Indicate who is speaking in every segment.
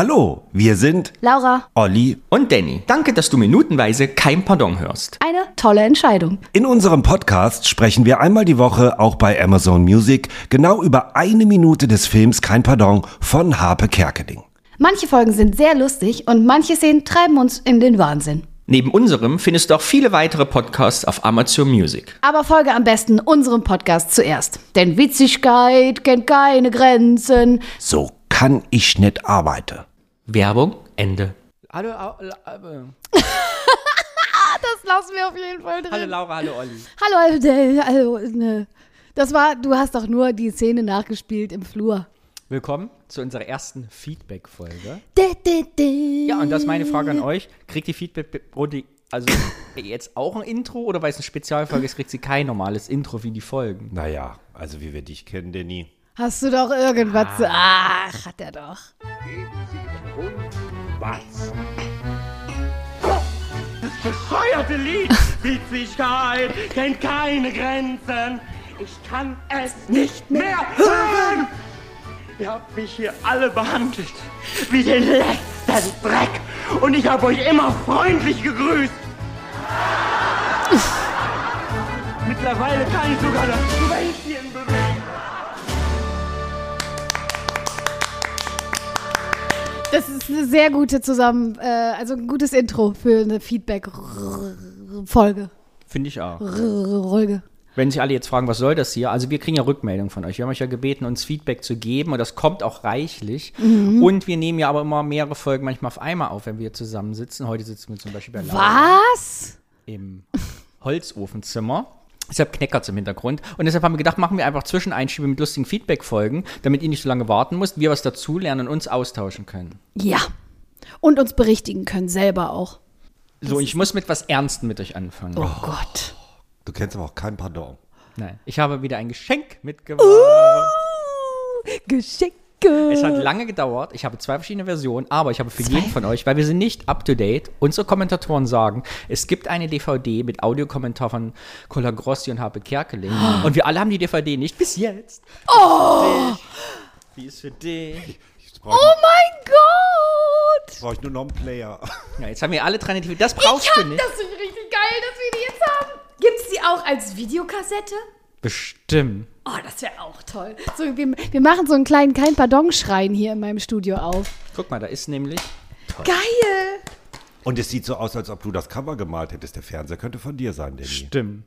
Speaker 1: Hallo, wir sind
Speaker 2: Laura,
Speaker 1: Olli.
Speaker 3: Und Danny, danke, dass du minutenweise kein Pardon hörst.
Speaker 2: eine tolle Entscheidung.
Speaker 1: In unserem Podcast sprechen wir einmal die Woche auch bei Amazon Music genau über eine Minute des Films Kein Pardon von Harpe Kerkeling.
Speaker 2: Manche Folgen sind sehr lustig und manche Szenen treiben uns in den Wahnsinn.
Speaker 3: Neben unserem findest du auch viele weitere Podcasts auf Amazon Music.
Speaker 2: Aber folge am besten unserem Podcast zuerst. Denn Witzigkeit kennt keine Grenzen.
Speaker 1: So kann ich nicht arbeiten.
Speaker 3: Werbung, Ende.
Speaker 4: Hallo, Au- La- äh,
Speaker 2: Das lassen wir auf jeden Fall drin.
Speaker 4: hallo Laura, hallo Olli.
Speaker 2: Hallo, Alfred. hallo. ne. Das war, du hast doch nur die Szene nachgespielt im Flur.
Speaker 4: Willkommen zu unserer ersten Feedback-Folge.
Speaker 2: De, de, de.
Speaker 4: Ja, und das ist meine Frage an euch. Kriegt die Feedback-Runde also jetzt auch ein Intro oder weil es eine Spezialfolge ist, kriegt sie kein normales Intro wie die Folgen?
Speaker 1: Naja, also wie wir dich kennen, Danny.
Speaker 2: Hast du doch irgendwas zu. Ach, hat er doch.
Speaker 5: bescheuerte Lied. Witzigkeit kennt keine Grenzen. Ich kann es nicht mehr hören. Ihr habt mich hier alle behandelt wie den letzten Dreck. Und ich habe euch immer freundlich gegrüßt. Mittlerweile kann ich sogar das Schwänzchen bewegen.
Speaker 2: Das ist eine sehr gute Zusammen, äh, also ein gutes Intro für eine Feedback-Folge.
Speaker 4: Finde ich auch.
Speaker 2: Folge.
Speaker 4: Wenn sich alle jetzt fragen, was soll das hier? Also wir kriegen ja Rückmeldung von euch. Wir haben euch ja gebeten, uns Feedback zu geben und das kommt auch reichlich.
Speaker 2: Mhm.
Speaker 4: Und wir nehmen ja aber immer mehrere Folgen manchmal auf einmal auf, wenn wir zusammensitzen. Heute sitzen wir zum Beispiel bei Laura.
Speaker 2: Was?
Speaker 4: im Holzofenzimmer. Deshalb kneckert's im Hintergrund. Und deshalb haben wir gedacht, machen wir einfach Zwischeneinschiebe mit lustigen Feedback-Folgen, damit ihr nicht so lange warten müsst, wir was dazulernen und uns austauschen können.
Speaker 2: Ja. Und uns berichtigen können, selber auch.
Speaker 4: So, ich muss mit was Ernstem mit euch anfangen.
Speaker 2: Oh, Gott.
Speaker 1: Du kennst aber auch kein Pardon.
Speaker 4: Nein, ich habe wieder ein Geschenk mitgebracht.
Speaker 2: Uh! Geschenke.
Speaker 4: Es hat lange gedauert. Ich habe zwei verschiedene Versionen, aber ich habe für jeden von euch, weil wir sind nicht up to date, unsere Kommentatoren sagen, es gibt eine DVD mit Audiokommentar von Cola Grossi und Habe Kerkeling. Und wir alle haben die DVD nicht bis jetzt. Oh! Die ist für dich.
Speaker 1: Jetzt brauche ich,
Speaker 2: Oh mein Gott.
Speaker 1: brauch ich nur noch einen Player.
Speaker 4: Ja, jetzt haben wir alle drei eine DVD. Das brauchst du nicht.
Speaker 2: Das ist richtig geil, dass wir die jetzt haben. Gibt's die auch als Videokassette?
Speaker 4: Bestimmt.
Speaker 2: Oh, das wäre auch toll. So, wir, wir machen so einen kleinen Kein-Pardon-Schrein hier in meinem Studio auf.
Speaker 4: Guck mal, da ist nämlich.
Speaker 2: Geil.
Speaker 1: Und es sieht so aus, als ob du das Cover gemalt hättest. Der Fernseher könnte von dir sein, Danny.
Speaker 4: Stimmt.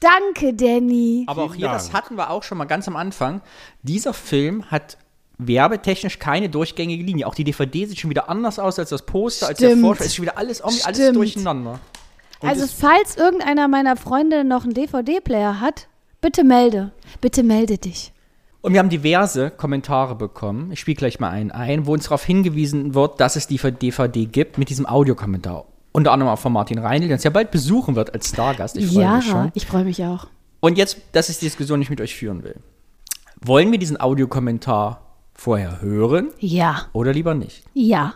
Speaker 2: Danke, Danny.
Speaker 4: Aber auch
Speaker 1: Vielen
Speaker 4: hier, das
Speaker 1: Dank.
Speaker 4: hatten wir auch schon mal ganz am Anfang. Dieser Film hat werbetechnisch keine durchgängige Linie. Auch die DVD sieht schon wieder anders aus als das Poster, als der
Speaker 2: Stimmt.
Speaker 4: Vorschau. Ist schon wieder alles, irgendwie alles
Speaker 2: Stimmt.
Speaker 4: durcheinander.
Speaker 2: Also falls irgendeiner meiner Freunde noch einen DVD-Player hat, bitte melde. Bitte melde dich.
Speaker 4: Und wir haben diverse Kommentare bekommen. Ich spiele gleich mal einen ein, wo uns darauf hingewiesen wird, dass es die DVD gibt mit diesem Audiokommentar. Unter anderem auch von Martin Reinl, der uns ja bald besuchen wird als Stargast. Ich freue mich schon.
Speaker 2: ich freue mich auch.
Speaker 4: Und jetzt, das ist die Diskussion, die ich mit euch führen will. Wollen wir diesen Audiokommentar vorher hören
Speaker 2: Ja,
Speaker 4: oder lieber nicht?
Speaker 2: ja.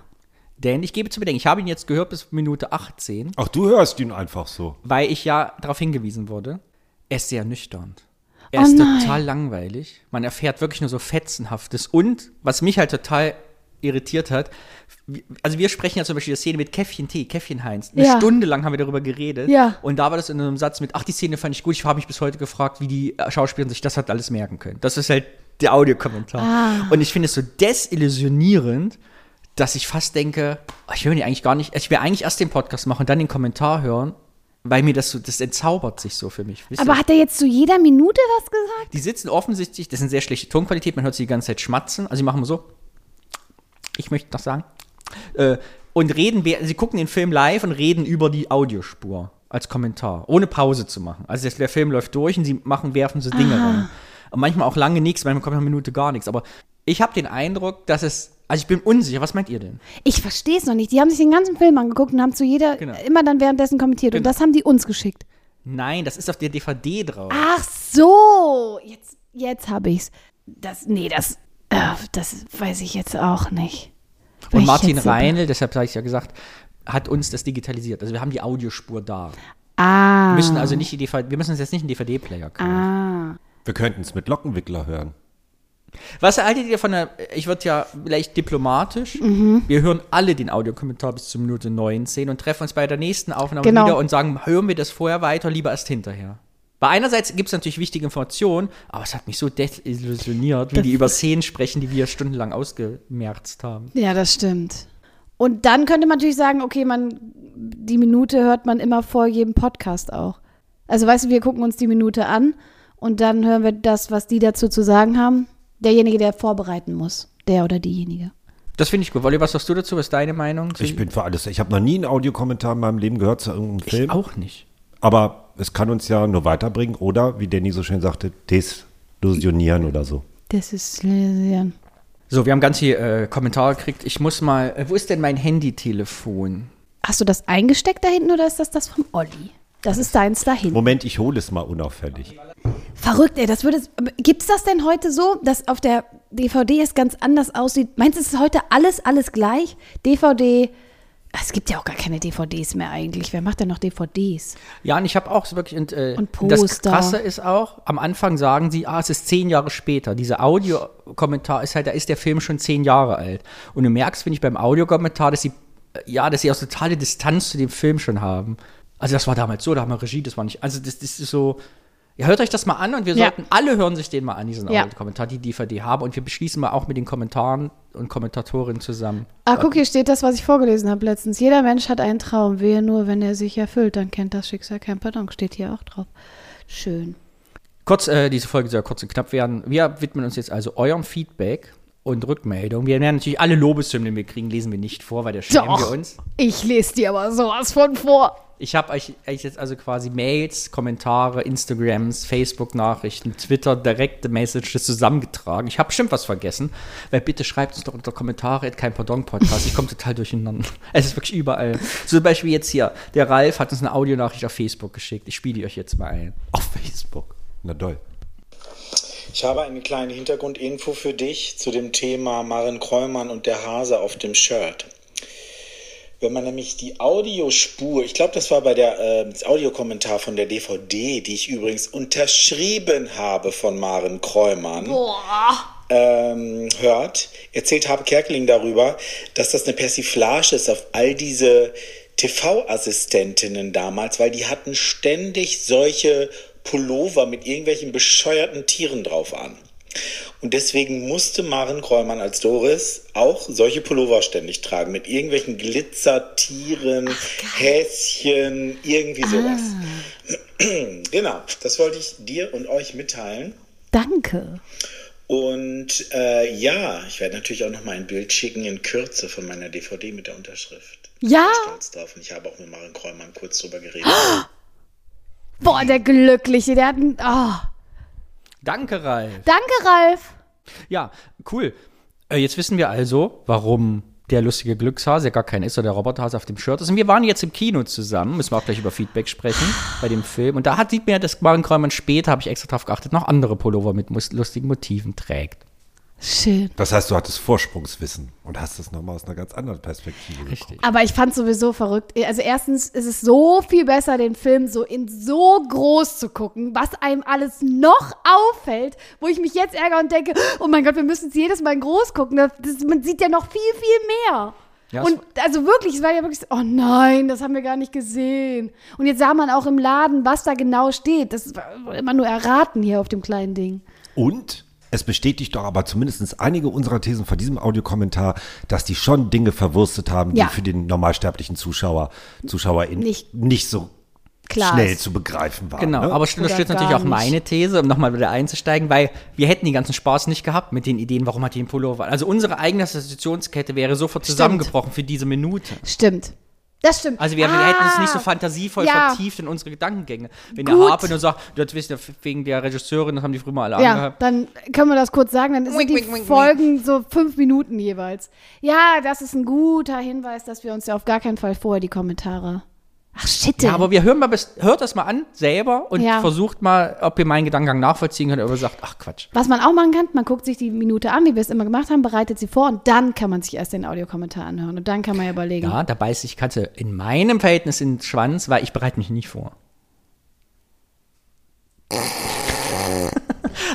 Speaker 4: Denn ich gebe zu bedenken, ich habe ihn jetzt gehört bis Minute 18,
Speaker 1: Ach, du hörst ihn einfach so.
Speaker 4: weil ich ja darauf hingewiesen wurde. Er ist sehr nüchtern. Er
Speaker 2: Oh
Speaker 4: ist
Speaker 2: nein.
Speaker 4: total langweilig. Man erfährt wirklich nur so Fetzenhaftes. Und was mich halt total irritiert hat, wie- also wir sprechen ja zum Beispiel die Szene mit Käffchen Tee, Käffchen Heinz. Eine
Speaker 2: Ja.
Speaker 4: Stunde lang haben wir darüber geredet.
Speaker 2: Ja.
Speaker 4: Und da war das in einem Satz mit, ach, die Szene fand ich gut. Ich habe mich bis heute gefragt, wie die äh, Schauspielerin sich das hat alles merken können. Das ist halt der Audiokommentar.
Speaker 2: Ah.
Speaker 4: Und ich finde es so desillusionierend, dass ich fast denke, oh, ich höre die eigentlich gar nicht, ich will eigentlich erst den Podcast machen, dann den Kommentar hören, weil mir das so, das entzaubert sich so für mich. Wisst ihr?
Speaker 2: Aber hat er jetzt zu jeder Minute was gesagt?
Speaker 4: Die sitzen offensichtlich, das ist eine sehr schlechte Tonqualität, man hört sie die ganze Zeit schmatzen. Also, sie machen mal so. Ich möchte noch sagen. Äh, und reden, wer- sie gucken den Film live und reden über die Audiospur als Kommentar, ohne Pause zu machen. Also, das, der Film läuft durch und sie machen, werfen so Dinge rein. Und manchmal auch lange nichts, manchmal kommt nach einer Minute gar nichts. Aber ich habe den Eindruck, dass es. Also, ich bin unsicher, was meint ihr denn?
Speaker 2: Ich verstehe es noch nicht. Die haben sich den ganzen Film angeguckt und haben zu jeder
Speaker 4: Genau.
Speaker 2: immer dann währenddessen kommentiert. Und
Speaker 4: Genau.
Speaker 2: das haben die uns geschickt.
Speaker 4: Nein, das ist auf der DVD drauf.
Speaker 2: Ach so, jetzt, jetzt habe ich's. Das, nee, das, äh, das weiß ich jetzt auch nicht. Weil
Speaker 4: und
Speaker 2: ich
Speaker 4: Martin
Speaker 2: jetzt so-
Speaker 4: Reinl, deshalb habe ich ja gesagt, hat uns das digitalisiert. Also, wir haben die Audiospur da.
Speaker 2: Ah, Ah.
Speaker 4: Wir müssen also nicht die DVD, wir müssen uns jetzt nicht einen DVD-Player kaufen.
Speaker 1: Wir könnten es mit Lockenwickler hören.
Speaker 4: Was haltet ihr von der, ich würde ja vielleicht diplomatisch, wir hören alle den Audiokommentar bis zur Minute 19 und treffen uns bei der nächsten Aufnahme
Speaker 6: Genau.
Speaker 4: wieder und sagen, hören wir das vorher weiter, lieber erst hinterher. Weil einerseits gibt es natürlich wichtige Informationen, aber es hat mich so desillusioniert, wie die über Szenen sprechen, die wir stundenlang ausgemerzt haben.
Speaker 6: Ja, das stimmt. Und dann könnte man natürlich sagen, okay, man, die Minute hört man immer vor jedem Podcast auch. Also weißt du, wir gucken uns die Minute an und dann hören wir das, was die dazu zu sagen haben. Derjenige, der vorbereiten muss. Der oder diejenige.
Speaker 4: Das finde ich gut. Wolli, was sagst du dazu? Was ist deine Meinung? zu-
Speaker 1: Ich bin für alles. Ich habe noch nie einen Audiokommentar in meinem Leben gehört zu irgendeinem
Speaker 4: ich
Speaker 1: Film.
Speaker 4: auch nicht.
Speaker 1: Aber es kann uns ja nur weiterbringen oder, wie Danny so schön sagte, desillusionieren oder so.
Speaker 6: Das ist Lesien.
Speaker 4: So, wir haben ganz viel äh, Kommentare gekriegt. Ich muss mal, äh, wo ist denn mein Handytelefon?
Speaker 6: Hast du das eingesteckt da hinten oder ist das das vom Olli? Das ist deins da hinten.
Speaker 1: Moment, ich hole es mal unauffällig.
Speaker 6: Verrückt, ey, das würde. Gibt's das denn heute so, dass auf der DVD es ganz anders aussieht? Meinst du, es ist heute alles, alles gleich? DVD. Es gibt ja auch gar keine DVDs mehr eigentlich. Wer macht denn noch DVDs?
Speaker 4: Ja, und ich habe auch so wirklich. Und, äh,
Speaker 6: Und
Speaker 4: das
Speaker 6: Poster.
Speaker 4: Krasse ist auch, am Anfang sagen sie, ah, es ist zehn Jahre später. Dieser Audiokommentar ist halt, da ist der Film schon zehn Jahre alt. Und du merkst, finde ich, beim Audiokommentar, dass sie, äh, ja, dass sie auch totale Distanz zu dem Film schon haben. Also, das war damals so, da haben wir Regie, das war nicht. Also, das, das ist so. Ja, hört euch das mal an und wir
Speaker 6: Ja.
Speaker 4: sollten alle hören sich den mal an, diesen
Speaker 6: Ja.
Speaker 4: Audiokommentar, die DVD haben. Und wir beschließen mal auch mit den Kommentaren und Kommentatorinnen zusammen.
Speaker 6: Ah, guck, hier steht das, was ich vorgelesen habe letztens. Jeder Mensch hat einen Traum. Wehe nur, wenn er sich erfüllt, dann kennt das Schicksal kein Pardon. Steht hier auch drauf. Schön.
Speaker 4: Kurz, äh, diese Folge soll kurz und knapp werden. Wir widmen uns jetzt also eurem Feedback und Rückmeldung. Wir werden natürlich alle Lobeshymnen, die wir kriegen, lesen wir nicht vor, weil da schämen wir uns.
Speaker 6: Ich lese dir aber sowas von vor.
Speaker 4: Ich habe euch, euch jetzt also quasi Mails, Kommentare, Instagrams, Facebook-Nachrichten, Twitter, direkte Messages zusammengetragen. Ich habe bestimmt was vergessen, weil bitte schreibt uns doch unter Kommentare at kein Pardon Podcast. Ich komme total durcheinander. Es ist wirklich überall. So zum Beispiel jetzt hier. Der Ralf hat uns eine Audionachricht auf Facebook geschickt. Ich spiele die euch jetzt mal ein.
Speaker 1: Auf Facebook. Na doll.
Speaker 7: Ich habe eine kleine Hintergrundinfo für dich zu dem Thema Maren Kräumann und der Hase auf dem Shirt. Wenn man nämlich die Audiospur, ich glaube, das war bei der äh, das Audiokommentar von der DVD, die ich übrigens unterschrieben habe von Maren Kräumann ähm, hört, erzählt Habe Kerkeling darüber, dass das eine Persiflage ist auf all diese TV-Assistentinnen damals, weil die hatten ständig solche Pullover mit irgendwelchen bescheuerten Tieren drauf an. Und deswegen musste Maren Kräumann als Doris auch solche Pullover ständig tragen, mit irgendwelchen Glitzertieren, Häschen, irgendwie sowas. Genau, das wollte ich dir und euch mitteilen.
Speaker 6: Danke.
Speaker 7: Und äh, ja, ich werde natürlich auch noch mal ein Bild schicken in Kürze von meiner DVD mit der Unterschrift.
Speaker 6: Ja?
Speaker 7: Ich bin stolz drauf und ich habe auch mit Maren Kräumann kurz drüber geredet.
Speaker 6: Boah, der Glückliche, der hat einen. Oh.
Speaker 4: Danke, Ralf.
Speaker 6: Danke, Ralf.
Speaker 4: Ja, cool. Äh, jetzt wissen wir also, warum der lustige Glückshase, der gar kein ist, oder der Roboterhase auf dem Shirt ist. Und wir waren jetzt im Kino zusammen, müssen wir auch gleich über Feedback sprechen bei dem Film. Und da hat, sieht man ja, dass Maren Kräumann später, habe ich extra drauf geachtet, noch andere Pullover mit mus- lustigen Motiven trägt.
Speaker 6: Schön.
Speaker 1: Das heißt, du hattest Vorsprungswissen und hast es nochmal aus einer ganz anderen Perspektive geguckt.
Speaker 6: Aber ich fand sowieso verrückt. Also erstens ist es so viel besser, den Film so in so groß zu gucken, was einem alles noch auffällt, wo ich mich jetzt ärgere und denke, oh mein Gott, wir müssen es jedes Mal in groß gucken. Das, das, man sieht ja noch viel, viel mehr.
Speaker 4: Ja, es-
Speaker 6: und also wirklich, es war ja wirklich, so, oh nein, das haben wir gar nicht gesehen. Und jetzt sah man auch im Laden, was da genau steht. Das war immer nur erraten hier auf dem kleinen Ding.
Speaker 1: Und es bestätigt doch aber zumindest einige unserer Thesen von diesem Audiokommentar, dass die schon Dinge verwurstet haben, die
Speaker 6: Ja.
Speaker 1: für den normalsterblichen Zuschauer, Zuschauerin nicht,
Speaker 6: Nicht-
Speaker 1: nicht so
Speaker 6: Klar
Speaker 1: schnell
Speaker 6: ist.
Speaker 1: zu begreifen waren.
Speaker 4: Genau,
Speaker 1: ne?
Speaker 4: aber es unterstützt
Speaker 6: Oder gar
Speaker 4: natürlich auch
Speaker 6: nicht.
Speaker 4: meine These, um nochmal wieder einzusteigen, weil wir hätten den ganzen Spaß nicht gehabt mit den Ideen, warum hat die den Pullover. an. Also unsere eigene Assoziationskette wäre sofort zusammengebrochen für diese Minute.
Speaker 6: Stimmt. Das stimmt.
Speaker 4: Also wir
Speaker 6: Ah,
Speaker 4: hätten es nicht so fantasievoll
Speaker 6: Ja.
Speaker 4: vertieft in unsere Gedankengänge. Wenn
Speaker 6: Gut.
Speaker 4: der Harpe nur sagt, das wissen wir wegen der Regisseurin, das haben die früher mal alle
Speaker 6: Ja,
Speaker 4: angehabt.
Speaker 6: dann können wir das kurz sagen. Dann sind die Folgen so fünf Minuten jeweils. Ja, das ist ein guter Hinweis, dass wir uns ja auf gar keinen Fall vorher die Kommentare. Ach, shit.
Speaker 4: Ja, aber wir hören mal bis, hört das mal an selber und
Speaker 6: Ja.
Speaker 4: versucht mal, ob ihr meinen Gedankengang nachvollziehen könnt oder sagt, ach Quatsch.
Speaker 6: Was man auch machen kann, man guckt sich die Minute an, wie wir es immer gemacht haben, bereitet sie vor und dann kann man sich erst den Audiokommentar anhören und dann kann man ja überlegen.
Speaker 4: Ja, da beißt sich Katze in meinem Verhältnis in den Schwanz, weil ich bereite mich nicht vor.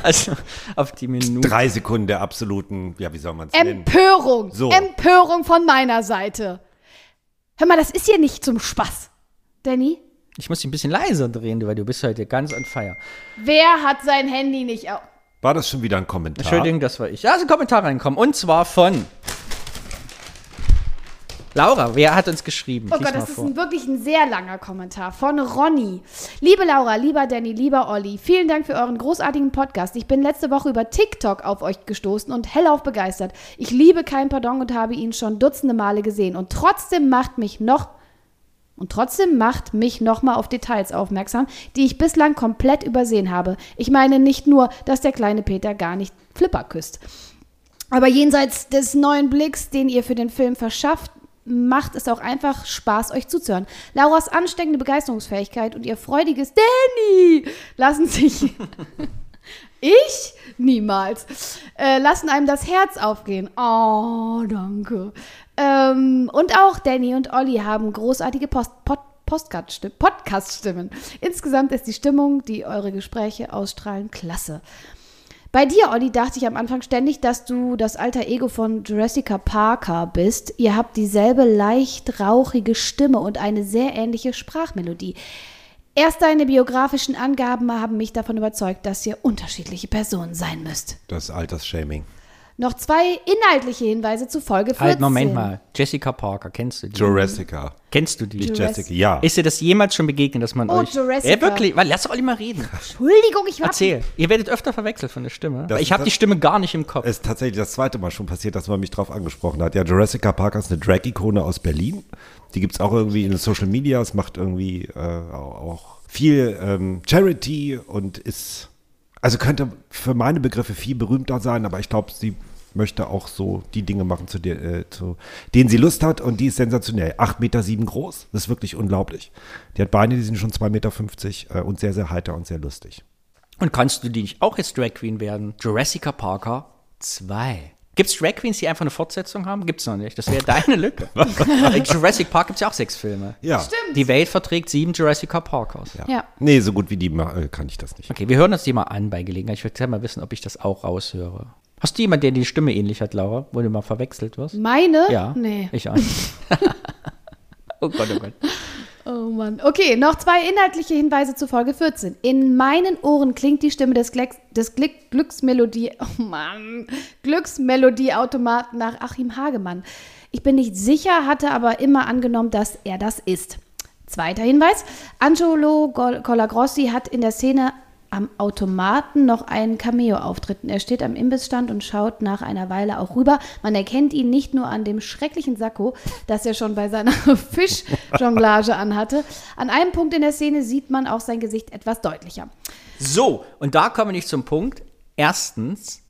Speaker 4: Also auf die Minute.
Speaker 1: Drei Sekunden der absoluten, ja, wie soll man es nennen?
Speaker 6: Empörung.
Speaker 1: So.
Speaker 6: Empörung von meiner Seite. Hör mal, das ist hier nicht zum Spaß. Danny,
Speaker 4: Ich muss dich ein bisschen leiser drehen, weil du bist heute ganz on fire.
Speaker 6: wer hat sein Handy nicht Oh auf?
Speaker 1: War das schon wieder ein Kommentar?
Speaker 4: Entschuldigung, das war ich. Da ist ein Kommentar reinkommen. Und zwar von Laura. Wer hat uns geschrieben?
Speaker 6: Oh
Speaker 4: Lies
Speaker 6: Gott,
Speaker 4: mal
Speaker 6: das ist
Speaker 4: vor.
Speaker 6: ein, wirklich ein sehr langer Kommentar von Ronny. Liebe Laura, lieber Danny, lieber Olli, vielen Dank für euren großartigen Podcast. Ich bin letzte Woche über TikTok auf euch gestoßen und hellauf begeistert. Ich liebe kein Pardon und habe ihn schon dutzende Male gesehen. Und trotzdem macht mich noch und trotzdem macht mich nochmal auf Details aufmerksam, die ich bislang komplett übersehen habe. Ich meine nicht nur, dass der kleine Peter gar nicht Flipper küsst. Aber jenseits des neuen Blicks, den ihr für den Film verschafft, macht es auch einfach Spaß, euch zuzuhören. Lauras ansteckende Begeisterungsfähigkeit und ihr freudiges Danny lassen sich. ich? Niemals. Äh, lassen einem das Herz aufgehen. Oh, danke. Ähm, und auch Danny und Olli haben großartige Post. Pod Postcard-Stim- Podcast-Stimmen. Insgesamt ist die Stimmung, die eure Gespräche ausstrahlen, klasse. Bei dir, Olli, dachte ich am Anfang ständig, dass du das alter Ego von Jessica Parker bist. Ihr habt dieselbe leicht rauchige Stimme und eine sehr ähnliche Sprachmelodie. Erst deine biografischen Angaben haben mich davon überzeugt, dass ihr unterschiedliche Personen sein müsst.
Speaker 1: Das Altersshaming.
Speaker 6: Noch zwei inhaltliche Hinweise zu Folge 14.
Speaker 4: Halt, Moment mal. Jessica Parker, kennst du die?
Speaker 1: Jurassica.
Speaker 4: kennst du die?
Speaker 1: Nicht
Speaker 6: Jurassic-
Speaker 1: Jessica. Ja.
Speaker 4: Ist dir das jemals schon begegnet, dass man
Speaker 6: Oh,
Speaker 4: euch...
Speaker 6: Jurassica.
Speaker 4: Ja, wirklich. Weil, lass Olli mal reden.
Speaker 6: Entschuldigung, ich war...
Speaker 4: Erzähl. Ihr werdet öfter verwechselt von der Stimme.
Speaker 1: Das
Speaker 4: Weil ich
Speaker 1: ist
Speaker 4: habe
Speaker 1: das-
Speaker 4: die Stimme gar nicht im Kopf.
Speaker 1: ist tatsächlich das zweite Mal schon passiert, dass man mich drauf angesprochen hat. Ja, Jurassica Parker ist eine Drag-Ikone aus Berlin. Die gibt es auch irgendwie in den Social Media. Es macht irgendwie äh, auch viel ähm, Charity und ist, also könnte für meine Begriffe viel berühmter sein, aber ich glaube, sie möchte auch so die Dinge machen, zu, der, äh, zu denen sie Lust hat und die ist sensationell. 8,7 Meter sieben groß, das ist wirklich unglaublich. Die hat Beine, die sind schon 2,50 Meter äh, und sehr, sehr heiter und sehr lustig.
Speaker 4: Und kannst du die nicht auch jetzt Drag Queen werden? Jurassica Parker 2. Gibt es Drag Queens, die einfach eine Fortsetzung haben? Gibt's noch nicht. Das wäre deine Lücke. In Jurassic Park gibt's ja auch sechs Filme.
Speaker 1: Ja.
Speaker 4: Die Welt verträgt sieben Jurassica Parkers.
Speaker 6: Ja.
Speaker 1: Nee, so gut wie die ma- äh, kann ich das nicht.
Speaker 4: Okay, wir hören uns die mal an bei Gelegenheit. Ich würde gerne mal wissen, ob ich das auch raushöre. Hast du jemanden, der die Stimme ähnlich hat, Laura? Wo du mal verwechselt wirst?
Speaker 6: Meine?
Speaker 4: Ja.
Speaker 6: Nee.
Speaker 4: Ich auch. oh Gott, oh Gott.
Speaker 6: Oh Mann. Okay, noch zwei inhaltliche Hinweise zu Folge 14. In meinen Ohren klingt die Stimme des, Glecks, des Glück, Glücksmelodie, oh Mann, Glücksmelodieautomaten nach Achim Hagemann. Ich bin nicht sicher, hatte aber immer angenommen, dass er das ist. Zweiter Hinweis. Angelo Gol- Colagrossi hat in der Szene am Automaten noch einen Cameo-Auftritt. Er steht am Imbissstand und schaut nach einer Weile auch rüber. Man erkennt ihn nicht nur an dem schrecklichen Sakko, das er schon bei seiner Fischjonglage anhatte. An einem Punkt in der Szene sieht man auch sein Gesicht etwas deutlicher.
Speaker 4: So, und da kommen wir nicht zum Punkt. Erstens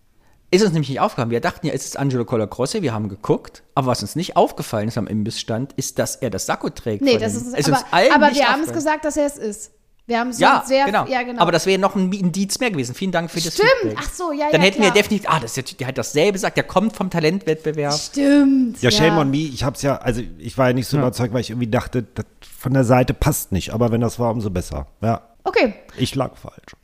Speaker 4: ist uns nämlich nicht aufgefallen. Wir dachten ja, es ist Angelo Colacrosse, wir haben geguckt. Aber was uns nicht aufgefallen ist am Imbissstand, ist, dass er das Sakko trägt.
Speaker 6: Nee,
Speaker 4: von
Speaker 6: das
Speaker 4: dem-
Speaker 6: ist,
Speaker 4: ist
Speaker 6: aber,
Speaker 4: uns allen
Speaker 6: aber
Speaker 4: nicht
Speaker 6: wir haben es
Speaker 4: aufgefallen.
Speaker 6: gesagt, dass er es ist. Wir haben es
Speaker 4: Ja,
Speaker 6: sehr,
Speaker 4: genau.
Speaker 6: ja, genau.
Speaker 4: Aber das wäre noch ein Indiz mehr gewesen. Vielen Dank für das
Speaker 6: Stimmt.
Speaker 4: Feedback.
Speaker 6: Ach so, ja,
Speaker 4: Dann
Speaker 6: ja,
Speaker 4: hätten
Speaker 6: klar.
Speaker 4: wir definitiv, ah, das ist, der- der hat dasselbe gesagt, der kommt vom Talentwettbewerb.
Speaker 6: Stimmt.
Speaker 1: Ja, shame on me. Ich hab's ja, also ich war ja nicht so überzeugt, weil ich irgendwie dachte, das von der Seite passt nicht. Aber wenn das war, umso besser. Ja,
Speaker 6: Okay.
Speaker 1: ich lag falsch.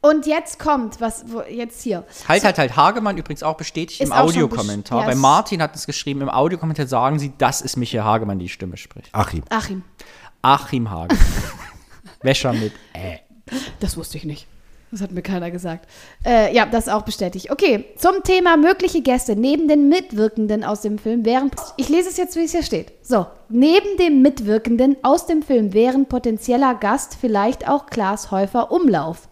Speaker 6: Und jetzt kommt, was wo, jetzt hier.
Speaker 4: Halt, halt, halt. Hagemann übrigens auch bestätigt
Speaker 6: Ist
Speaker 4: im
Speaker 6: auch schon
Speaker 4: Audiokommentar.
Speaker 6: best- ja,
Speaker 4: Bei
Speaker 6: ist-
Speaker 4: Martin hat es geschrieben, im Audiokommentar sagen sie, das ist Michael Hagemann, die Stimme spricht.
Speaker 1: Achim.
Speaker 6: Achim,
Speaker 4: Achim Hagemann. Wäscher mit äh, Ä.
Speaker 6: das wusste ich nicht. Das hat mir keiner gesagt. Äh, ja, das auch bestätigt. Okay, zum Thema mögliche Gäste neben den Mitwirkenden aus dem Film wären. Ich lese es jetzt, wie es hier steht. So, neben dem Mitwirkenden aus dem Film wären potenzieller Gast vielleicht auch Klaas Häufer Umlauf.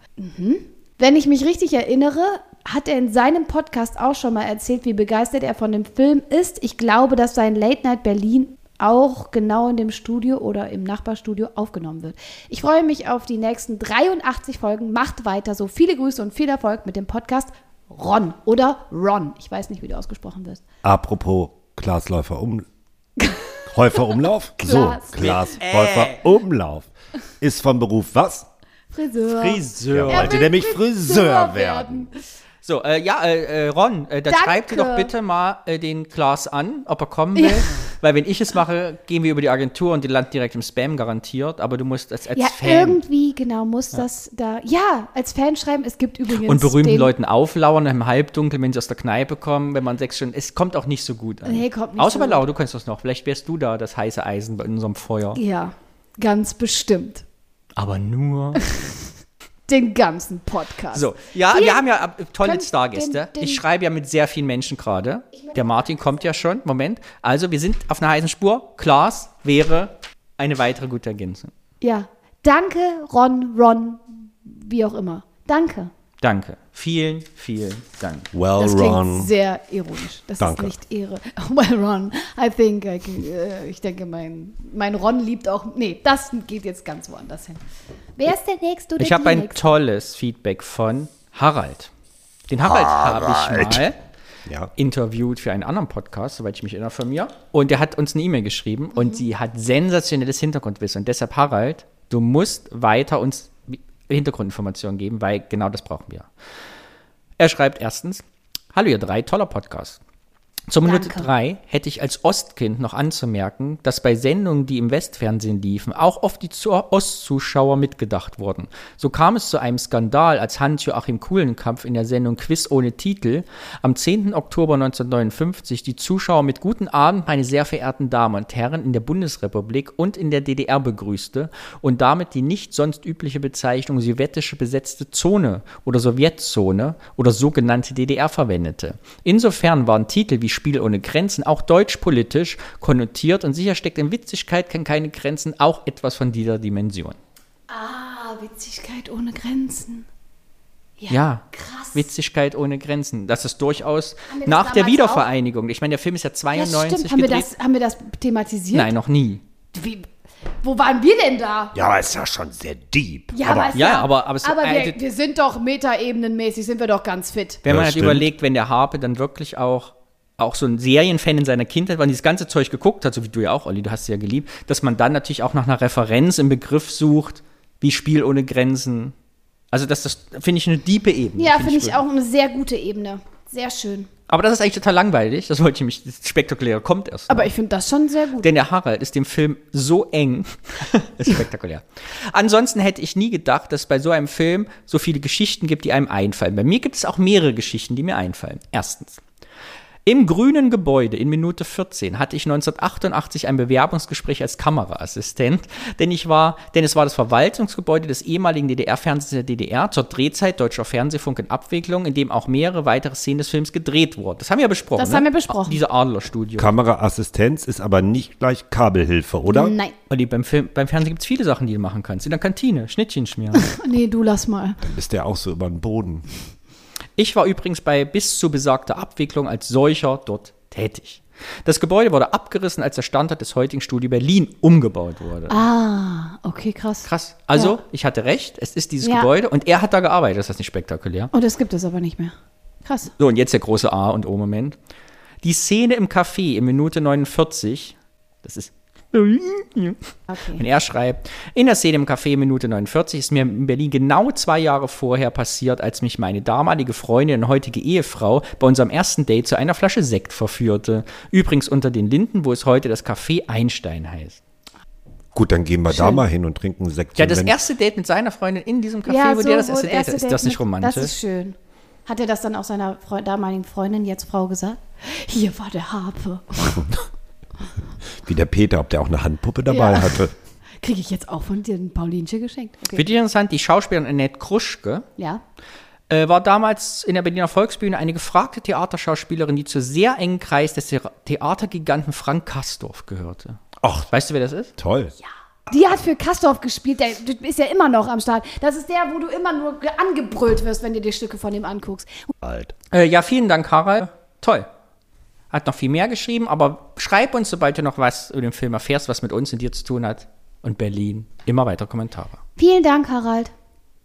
Speaker 6: Wenn ich mich richtig erinnere, hat er in seinem Podcast auch schon mal erzählt, wie begeistert er von dem Film ist. Ich glaube, dass sein Late Night Berlin auch genau in dem Studio oder im Nachbarstudio aufgenommen wird. Ich freue mich auf die nächsten 83 Folgen. Macht weiter so. Viele Grüße und viel Erfolg mit dem Podcast Ron oder Ron. Ich weiß nicht, wie du ausgesprochen wirst.
Speaker 1: Apropos Glasläufer um. Häufer Umlauf? so,
Speaker 6: Glas. Äh.
Speaker 1: Glas Häufer Umlauf. Ist von Beruf was?
Speaker 6: Friseur.
Speaker 1: Der
Speaker 4: Friseur.
Speaker 6: Er
Speaker 1: wollte
Speaker 6: will
Speaker 1: nämlich Friseur werden.
Speaker 4: So, äh, ja, äh, äh, Ron, äh, dann
Speaker 6: Danke.
Speaker 4: schreibt ihr doch bitte mal äh, den Klaas an, ob er kommen will.
Speaker 6: Ja.
Speaker 4: Weil wenn ich es mache, gehen wir über die Agentur und die landen direkt im Spam garantiert, aber du musst als, als
Speaker 6: Ja,
Speaker 4: Fan
Speaker 6: irgendwie genau muss das da. Ja, als Fan schreiben, es gibt übrigens.
Speaker 4: und berühmten
Speaker 6: den-
Speaker 4: Leuten auflauern im Halbdunkel, wenn sie aus der Kneipe kommen, wenn man sechs Stunden, es kommt auch nicht so gut an.
Speaker 6: Nee, kommt nicht
Speaker 4: Außer
Speaker 6: so
Speaker 4: bei
Speaker 6: gut.
Speaker 4: Laura, du kannst das noch, vielleicht wärst du da das heiße Eisen bei unserem Feuer.
Speaker 6: Ja, ganz bestimmt.
Speaker 4: Aber nur.
Speaker 6: Den ganzen Podcast.
Speaker 4: So, ja,
Speaker 6: Vielen-
Speaker 4: wir haben ja ab- tolle
Speaker 6: Könnt-
Speaker 4: Stargäste.
Speaker 6: den- den-
Speaker 4: Ich schreibe ja mit sehr vielen Menschen gerade. Der Martin kommt ja schon. Moment. Also, wir sind auf einer heißen Spur. Klaas wäre eine weitere gute Ergänzung.
Speaker 6: Ja. Danke, Ron, Ron, wie auch immer. Danke.
Speaker 4: Danke. Vielen, vielen Dank.
Speaker 1: Well,
Speaker 6: Das klingt
Speaker 1: Ron.
Speaker 6: sehr ironisch. Das
Speaker 1: Danke.
Speaker 6: ist nicht Ehre. Oh, Well, Ron, I think, I can, äh, ich denke, mein, mein Ron liebt auch. Nee, das geht jetzt ganz woanders hin. Wer ist der Nächste oder
Speaker 4: Ich habe
Speaker 6: die
Speaker 4: ein
Speaker 6: Nächste?
Speaker 4: tolles Feedback von Harald. Den Harald, habe ich mal
Speaker 1: Ja.
Speaker 4: interviewt für einen anderen Podcast, soweit ich mich erinnere von mir. Und der hat uns eine E-Mail geschrieben und sie hat sensationelles Hintergrundwissen. Und deshalb, Harald, du musst weiter uns Hintergrundinformationen geben, weil genau das brauchen wir. Er schreibt erstens, Hallo ihr drei, toller Podcast. Zur Minute
Speaker 6: Danke.
Speaker 4: drei hätte ich als Ostkind noch anzumerken, dass bei Sendungen, die im Westfernsehen liefen, auch oft die Zu- Ostzuschauer mitgedacht wurden. So kam es zu einem Skandal, als Hans-Joachim Kuhlenkampf in der Sendung Quiz ohne Titel am 10. Oktober 1959 die Zuschauer mit Guten Abend, meine sehr verehrten Damen und Herren, in der Bundesrepublik und in der DDR begrüßte und damit die nicht sonst übliche Bezeichnung sowjetische besetzte Zone oder Sowjetzone oder sogenannte DDR verwendete. Insofern waren Titel wie Spiel ohne Grenzen auch deutschpolitisch konnotiert und sicher steckt in Witzigkeit kann keine Grenzen auch etwas von dieser Dimension.
Speaker 6: Ah, Witzigkeit ohne Grenzen.
Speaker 4: Ja,
Speaker 6: krass.
Speaker 4: Witzigkeit ohne Grenzen. Das ist durchaus
Speaker 6: Haben wir das
Speaker 4: nach der
Speaker 6: damals
Speaker 4: Wiedervereinigung. Ich meine, der Film ist ja
Speaker 6: Ja,
Speaker 4: 92
Speaker 6: stimmt. Haben wir,
Speaker 4: gedreht.
Speaker 6: das, haben wir das thematisiert?
Speaker 4: Nein, noch nie.
Speaker 6: Wie, wo waren wir denn da?
Speaker 1: Ja, aber ist ja schon sehr deep.
Speaker 6: ist
Speaker 4: ja, aber- aber es-
Speaker 6: wir,
Speaker 4: äh,
Speaker 6: wir sind doch metaebenenmäßig, sind wir doch ganz fit.
Speaker 4: Wenn
Speaker 1: Ja,
Speaker 4: man halt
Speaker 1: stimmt.
Speaker 4: überlegt, wenn der Harpe dann wirklich auch, auch so ein Serienfan in seiner Kindheit war und dieses ganze Zeug geguckt hat, so wie du ja auch, Olli, du hast sie ja geliebt, dass man dann natürlich auch nach einer Referenz im Begriff sucht, wie Spiel ohne Grenzen. Also das, das finde ich eine diepe Ebene.
Speaker 6: Ja, finde ich
Speaker 4: gut.
Speaker 6: auch eine sehr gute Ebene. Sehr schön.
Speaker 4: Aber das ist eigentlich total langweilig. Das wollte ich mich, das Spektakuläre kommt erst.
Speaker 6: Aber ich finde das schon sehr gut.
Speaker 4: Denn der Harald ist dem Film so eng. ist spektakulär. Ansonsten hätte ich nie gedacht, dass es bei so einem Film so viele Geschichten gibt, die einem einfallen. Bei mir gibt es auch mehrere Geschichten, die mir einfallen. Erstens. Im grünen Gebäude in Minute 14 hatte ich 1988 ein Bewerbungsgespräch als Kameraassistent, denn ich war, denn es war das Verwaltungsgebäude des ehemaligen DDR-Fernsehens der DDR zur Drehzeit Deutscher Fernsehfunk in Abwicklung, in dem auch mehrere weitere Szenen des Films gedreht wurden. Das haben wir besprochen. ne?
Speaker 6: Das haben wir besprochen.
Speaker 4: Diese Adlerstudio.
Speaker 1: Kameraassistenz ist aber nicht gleich Kabelhilfe, oder?
Speaker 6: Nein.
Speaker 4: Olli, beim, Film, beim Fernsehen gibt es viele Sachen, die du machen kannst. In der Kantine, Schnittchen schmieren.
Speaker 6: Nee, du lass mal.
Speaker 1: Ist der auch so über den Boden?
Speaker 4: ich war übrigens bei bis zu besagter Abwicklung als solcher dort tätig. Das Gebäude wurde abgerissen, als der Standort des heutigen Studio Berlin umgebaut wurde.
Speaker 6: Ah, okay, krass.
Speaker 4: Krass. Also,
Speaker 6: Ja.
Speaker 4: ich hatte recht, es ist dieses
Speaker 6: Ja.
Speaker 4: Gebäude und er hat da gearbeitet. Ist das nicht spektakulär?
Speaker 6: Und Oh, das gibt es aber nicht mehr. Krass.
Speaker 4: So, und jetzt der große A- und O-Moment. Die Szene im Café in Minute 49, das ist Und
Speaker 6: Okay.
Speaker 4: er schreibt, in der Szene im Café Minute 49 ist mir in Berlin genau zwei Jahre vorher passiert, als mich meine damalige Freundin und heutige Ehefrau bei unserem ersten Date zu einer Flasche Sekt verführte. Übrigens unter den Linden, wo es heute das Café Einstein heißt.
Speaker 1: Gut, dann gehen wir da mal hin und trinken Sekt.
Speaker 4: Ja,
Speaker 1: Und
Speaker 4: das
Speaker 1: wenn-
Speaker 4: erste Date mit seiner Freundin in diesem Café, wo der das erste Date hat. Ist das nicht romantisch?
Speaker 6: Das ist schön. Hat er das dann auch seiner Freu damaligen Freundin, jetzt Frau, gesagt? Hier war der Harpe.
Speaker 1: Wie der Peter, ob der auch eine Handpuppe dabei
Speaker 6: Ja.
Speaker 1: hatte.
Speaker 6: Kriege ich jetzt auch von dir ein Paulinchen geschenkt. Okay.
Speaker 4: Für dich interessant, die Schauspielerin Annette Kruschke
Speaker 6: Ja.
Speaker 4: äh, war damals in der Berliner Volksbühne eine gefragte Theaterschauspielerin, die zu sehr engen Kreis des The Theatergiganten Frank Kastorf gehörte.
Speaker 1: Ach,
Speaker 4: Weißt du, wer das ist?
Speaker 1: toll.
Speaker 6: Die hat für Kastorf gespielt, der ist ja immer noch am Start. Das ist der, wo du immer nur ge- angebrüllt wirst, wenn du dir Stücke von ihm anguckst.
Speaker 1: Alt.
Speaker 4: Äh, ja, vielen Dank, Harald. Toll. Hat noch viel mehr geschrieben, aber schreib uns, sobald du noch was über den Film erfährst, was mit uns und dir zu tun hat. Und Berlin. Immer weiter Kommentare.
Speaker 6: Vielen Dank, Harald.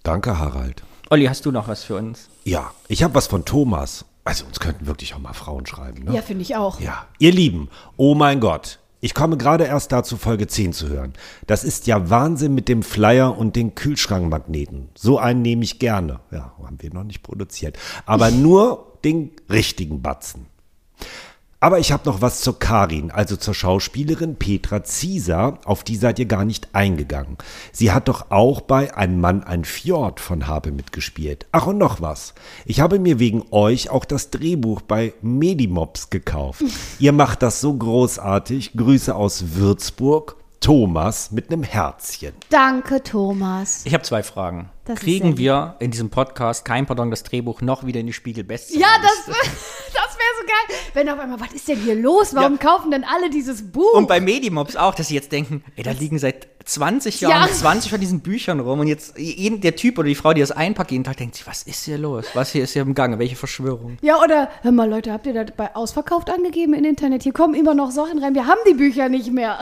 Speaker 1: Danke, Harald.
Speaker 4: Olli, hast du noch was für uns?
Speaker 1: Ja, ich habe was von Thomas. Also uns könnten wirklich auch mal Frauen schreiben, ne?
Speaker 6: Ja, finde ich auch.
Speaker 1: Ja, ihr Lieben, oh mein Gott. Ich komme gerade erst dazu, Folge 10 zu hören. Das ist ja Wahnsinn mit dem Flyer und den Kühlschrankmagneten. So einen nehme ich gerne. Ja, haben wir noch nicht produziert. Aber nur den richtigen Batzen. Aber ich habe noch was zur Karin, also zur Schauspielerin Petra Zieser, auf die seid ihr gar nicht eingegangen. Sie hat doch auch bei Ein Mann, ein Fjord von Habe mitgespielt. Ach und noch was. Ich habe mir wegen euch auch das Drehbuch bei Medimops gekauft. ihr macht das so großartig. Grüße aus Würzburg. Thomas mit einem Herzchen.
Speaker 6: Danke, Thomas.
Speaker 4: Ich habe zwei Fragen.
Speaker 6: Das ist sehr
Speaker 4: Kriegen
Speaker 6: gut.
Speaker 4: wir in diesem Podcast kein Pardon das Drehbuch noch wieder in die Spiegel best?
Speaker 6: Ja, das, das wäre so geil. Wenn auf einmal, was ist denn hier los? Warum kaufen denn alle dieses Buch?
Speaker 4: Und bei Medimobs auch, dass sie jetzt denken, ey, da liegen seit 20 Jahren
Speaker 6: Ja.
Speaker 4: 20 von diesen Büchern rum und jetzt jeden, der Typ oder die Frau, die das einpackt, jeden Tag denkt sich, was ist hier los? Was hier ist hier im Gange? Welche Verschwörung?
Speaker 6: ja, oder, hör mal, Leute, habt ihr das bei ausverkauft angegeben im Internet? Hier kommen immer noch Sachen rein. Wir haben die Bücher nicht mehr.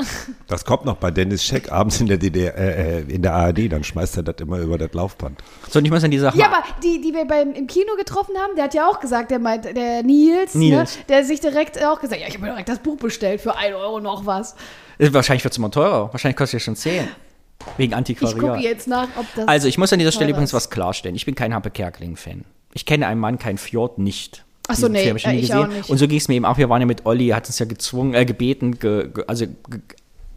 Speaker 1: Das kommt noch bei Dennis Scheck abends in der, DDR, äh, äh, in der ARD, dann schmeißt er das immer über das Laufband.
Speaker 4: So, und ich muss an die Sache.
Speaker 6: Ja, aber die, die wir beim, im Kino getroffen haben, der hat ja auch gesagt, der meint, der Nils,
Speaker 4: Nils.
Speaker 6: Ne, der sich direkt auch gesagt, ja, ich habe mir direkt das Buch bestellt für 1 Euro noch was.
Speaker 4: Äh, Wahrscheinlich wird es immer teurer. Wahrscheinlich kostet es schon 10. Wegen
Speaker 6: Ich gucke
Speaker 4: Antiquariat.
Speaker 6: jetzt nach, ob das.
Speaker 4: Also, ich muss an dieser Stelle
Speaker 6: teurer
Speaker 4: übrigens
Speaker 6: ist.
Speaker 4: was klarstellen. Ich bin kein Happe Kerkeling-Fan. Ich kenne einen Mann, kein Fjord nicht.
Speaker 6: Ach so,
Speaker 4: Diesen
Speaker 6: nee,
Speaker 4: Film hab
Speaker 6: äh,
Speaker 4: nie
Speaker 6: ich auch nicht.
Speaker 4: Und so ging es mir eben auch. Wir waren ja mit Olli, hat uns ja gezwungen, äh, gebeten, ge, ge, also ge,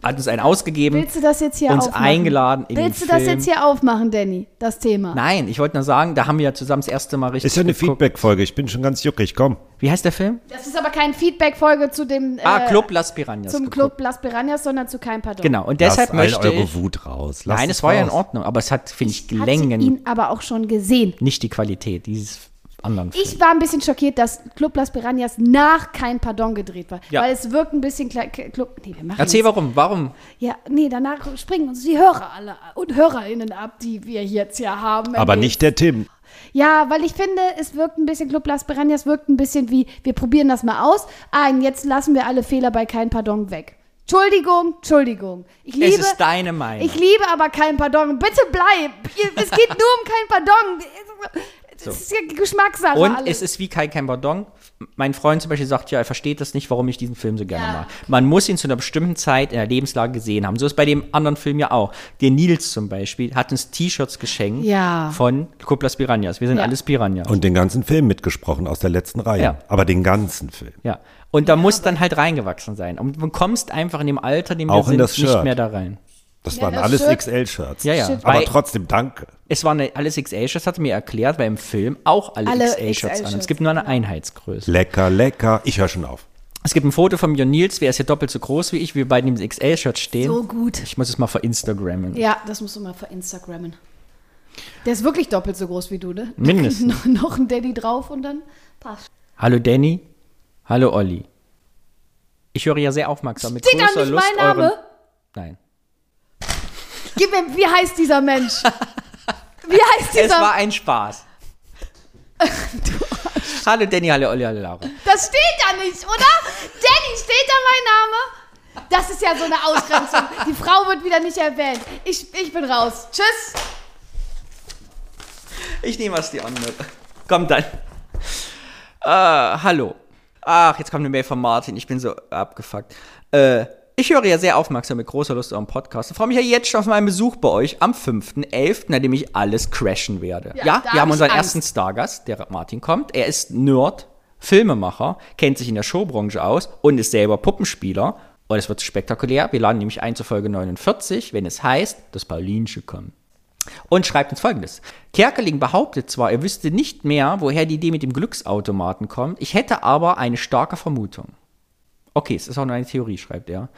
Speaker 4: hat uns einen ausgegeben.
Speaker 6: Willst du das jetzt hier
Speaker 4: uns
Speaker 6: aufmachen?
Speaker 4: eingeladen in den
Speaker 6: Willst du das
Speaker 4: Film.
Speaker 6: jetzt hier aufmachen, Danny? Das Thema.
Speaker 4: Nein, ich wollte nur sagen, da haben wir ja zusammen das erste Mal richtig.
Speaker 1: Ist ja eine
Speaker 4: geguckt.
Speaker 1: Feedback-Folge, ich bin schon ganz juckig, komm.
Speaker 4: Wie heißt der Film?
Speaker 6: Das ist aber kein Feedback-Folge zu dem.
Speaker 4: ah,
Speaker 6: äh,
Speaker 4: Club Las Piranhas.
Speaker 6: Zum
Speaker 4: geguckt.
Speaker 6: Club Las Piranhas, sondern zu keinem Pardon.
Speaker 4: Genau, und deshalb
Speaker 1: all
Speaker 4: möchte
Speaker 1: eure
Speaker 4: ich.
Speaker 1: Wut raus. Lasst
Speaker 4: Nein,
Speaker 1: es
Speaker 4: es war ja in
Speaker 1: raus.
Speaker 4: Ordnung, aber es hat, finde ich,
Speaker 6: Hat sie
Speaker 4: Längen,
Speaker 6: ihn aber auch schon gesehen.
Speaker 4: nicht die Qualität dieses anderen Films.
Speaker 6: Ich war ein bisschen schockiert, dass Club Las Piranhas nach kein Pardon gedreht war.
Speaker 4: Ja.
Speaker 6: Weil es wirkt ein bisschen klein. ke- Club, nee, wir machen
Speaker 4: Erzähl
Speaker 6: jetzt-
Speaker 4: warum, warum?
Speaker 6: Ja, nee, danach springen uns die Hörer alle und Hörerinnen ab, die wir jetzt hier haben.
Speaker 1: Aber nicht der Tim.
Speaker 6: Ja, weil ich finde, es wirkt ein bisschen, Club Las Piranhas wirkt ein bisschen wie, wir probieren das mal aus. Ah, und jetzt lassen wir alle Fehler bei kein Pardon weg. Entschuldigung, Entschuldigung. Ich liebe,
Speaker 4: es ist deine Meinung.
Speaker 6: ich liebe aber kein Pardon. Bitte bleib. Ihr- Es geht nur um kein Pardon. Es ist ja Geschmackssache
Speaker 4: und
Speaker 6: alles.
Speaker 4: es ist wie Kai Pardon. Mein Freund zum Beispiel sagt, ja, er versteht das nicht, warum ich diesen Film so gerne mag. Man muss ihn zu einer bestimmten Zeit in der Lebenslage gesehen haben. So ist bei dem anderen Film ja auch. Der Nils zum Beispiel hat uns T-Shirts geschenkt
Speaker 6: Ja.
Speaker 4: von Kuplas Piranhas. Wir sind
Speaker 6: Ja.
Speaker 4: alles Piranhas.
Speaker 1: Und den ganzen Film mitgesprochen aus der letzten Reihe.
Speaker 4: Ja.
Speaker 1: Aber den ganzen Film.
Speaker 4: Ja. Und da muss dann halt reingewachsen sein. Und du kommst einfach in dem Alter, in dem wir
Speaker 1: Auch in
Speaker 4: sind,
Speaker 1: das
Speaker 4: nicht
Speaker 1: Shirt.
Speaker 4: mehr da rein.
Speaker 1: Das
Speaker 6: Ja,
Speaker 1: waren
Speaker 6: das
Speaker 1: alles
Speaker 6: Shirt-
Speaker 1: XL-Shirts.
Speaker 4: Ja, ja. Shit.
Speaker 1: Aber
Speaker 4: Bei-
Speaker 1: trotzdem danke.
Speaker 4: Es waren alles XL-Shirts, das hat er mir erklärt, weil im Film auch alle,
Speaker 6: Alle genau.
Speaker 4: XL-Shirts an.
Speaker 6: XL-Shirts,
Speaker 4: Es gibt nur eine Einheitsgröße.
Speaker 1: Lecker, lecker. Ich höre schon auf.
Speaker 4: Es gibt ein Foto von mir und Nils, wer ist ja doppelt so groß wie ich, wir beide im XL-Shirt stehen.
Speaker 6: so gut.
Speaker 4: Ich muss es mal verinstagrammen.
Speaker 6: Ja, das musst du mal verinstagrammen. Der ist wirklich doppelt so groß wie du, ne?
Speaker 4: Mindestens.
Speaker 6: noch, noch ein Daddy drauf und dann passt.
Speaker 4: Hallo Danny. Hallo Olli. Ich höre ja sehr aufmerksam mit
Speaker 6: Steht da
Speaker 4: großer
Speaker 6: nicht
Speaker 4: Lust
Speaker 6: mein Name?
Speaker 4: euren... Nein.
Speaker 6: Gib mir, wie heißt dieser Mensch? Wie heißt
Speaker 4: Es war
Speaker 6: dieser?
Speaker 4: ein Spaß. hallo Danny, hallo Olli, hallo Laura.
Speaker 6: Das steht da nicht, oder? Danny, steht da mein Name? Das ist ja so eine Ausgrenzung. Die Frau wird wieder nicht erwähnt. Ich, ich bin raus. Tschüss.
Speaker 4: Ich nehme was die andere. Komm dann. Äh, hallo. Ach, jetzt kommt eine Mail von Martin. Ich bin so abgefuckt. Äh, ich höre ja sehr aufmerksam mit großer Lust euren Podcast und freue mich ja jetzt schon auf meinen Besuch bei euch am 5.11., an dem ich alles crashen werde. Ja,
Speaker 6: Ja, da
Speaker 4: wir
Speaker 6: hab
Speaker 4: haben
Speaker 6: ich
Speaker 4: unseren
Speaker 6: Angst.
Speaker 4: ersten Stargast, der Martin kommt. Er ist Nerd, Filmemacher, kennt sich in der Showbranche aus und ist selber Puppenspieler. Und es wird spektakulär. Wir laden nämlich ein zur Folge 49, wenn es heißt, das Paulinsche kommt und schreibt uns folgendes. Kerkeling behauptet zwar, er wüsste nicht mehr, woher die Idee mit dem Glücksautomaten kommt, ich hätte aber eine starke Vermutung. Okay, es ist auch nur eine Theorie, schreibt er.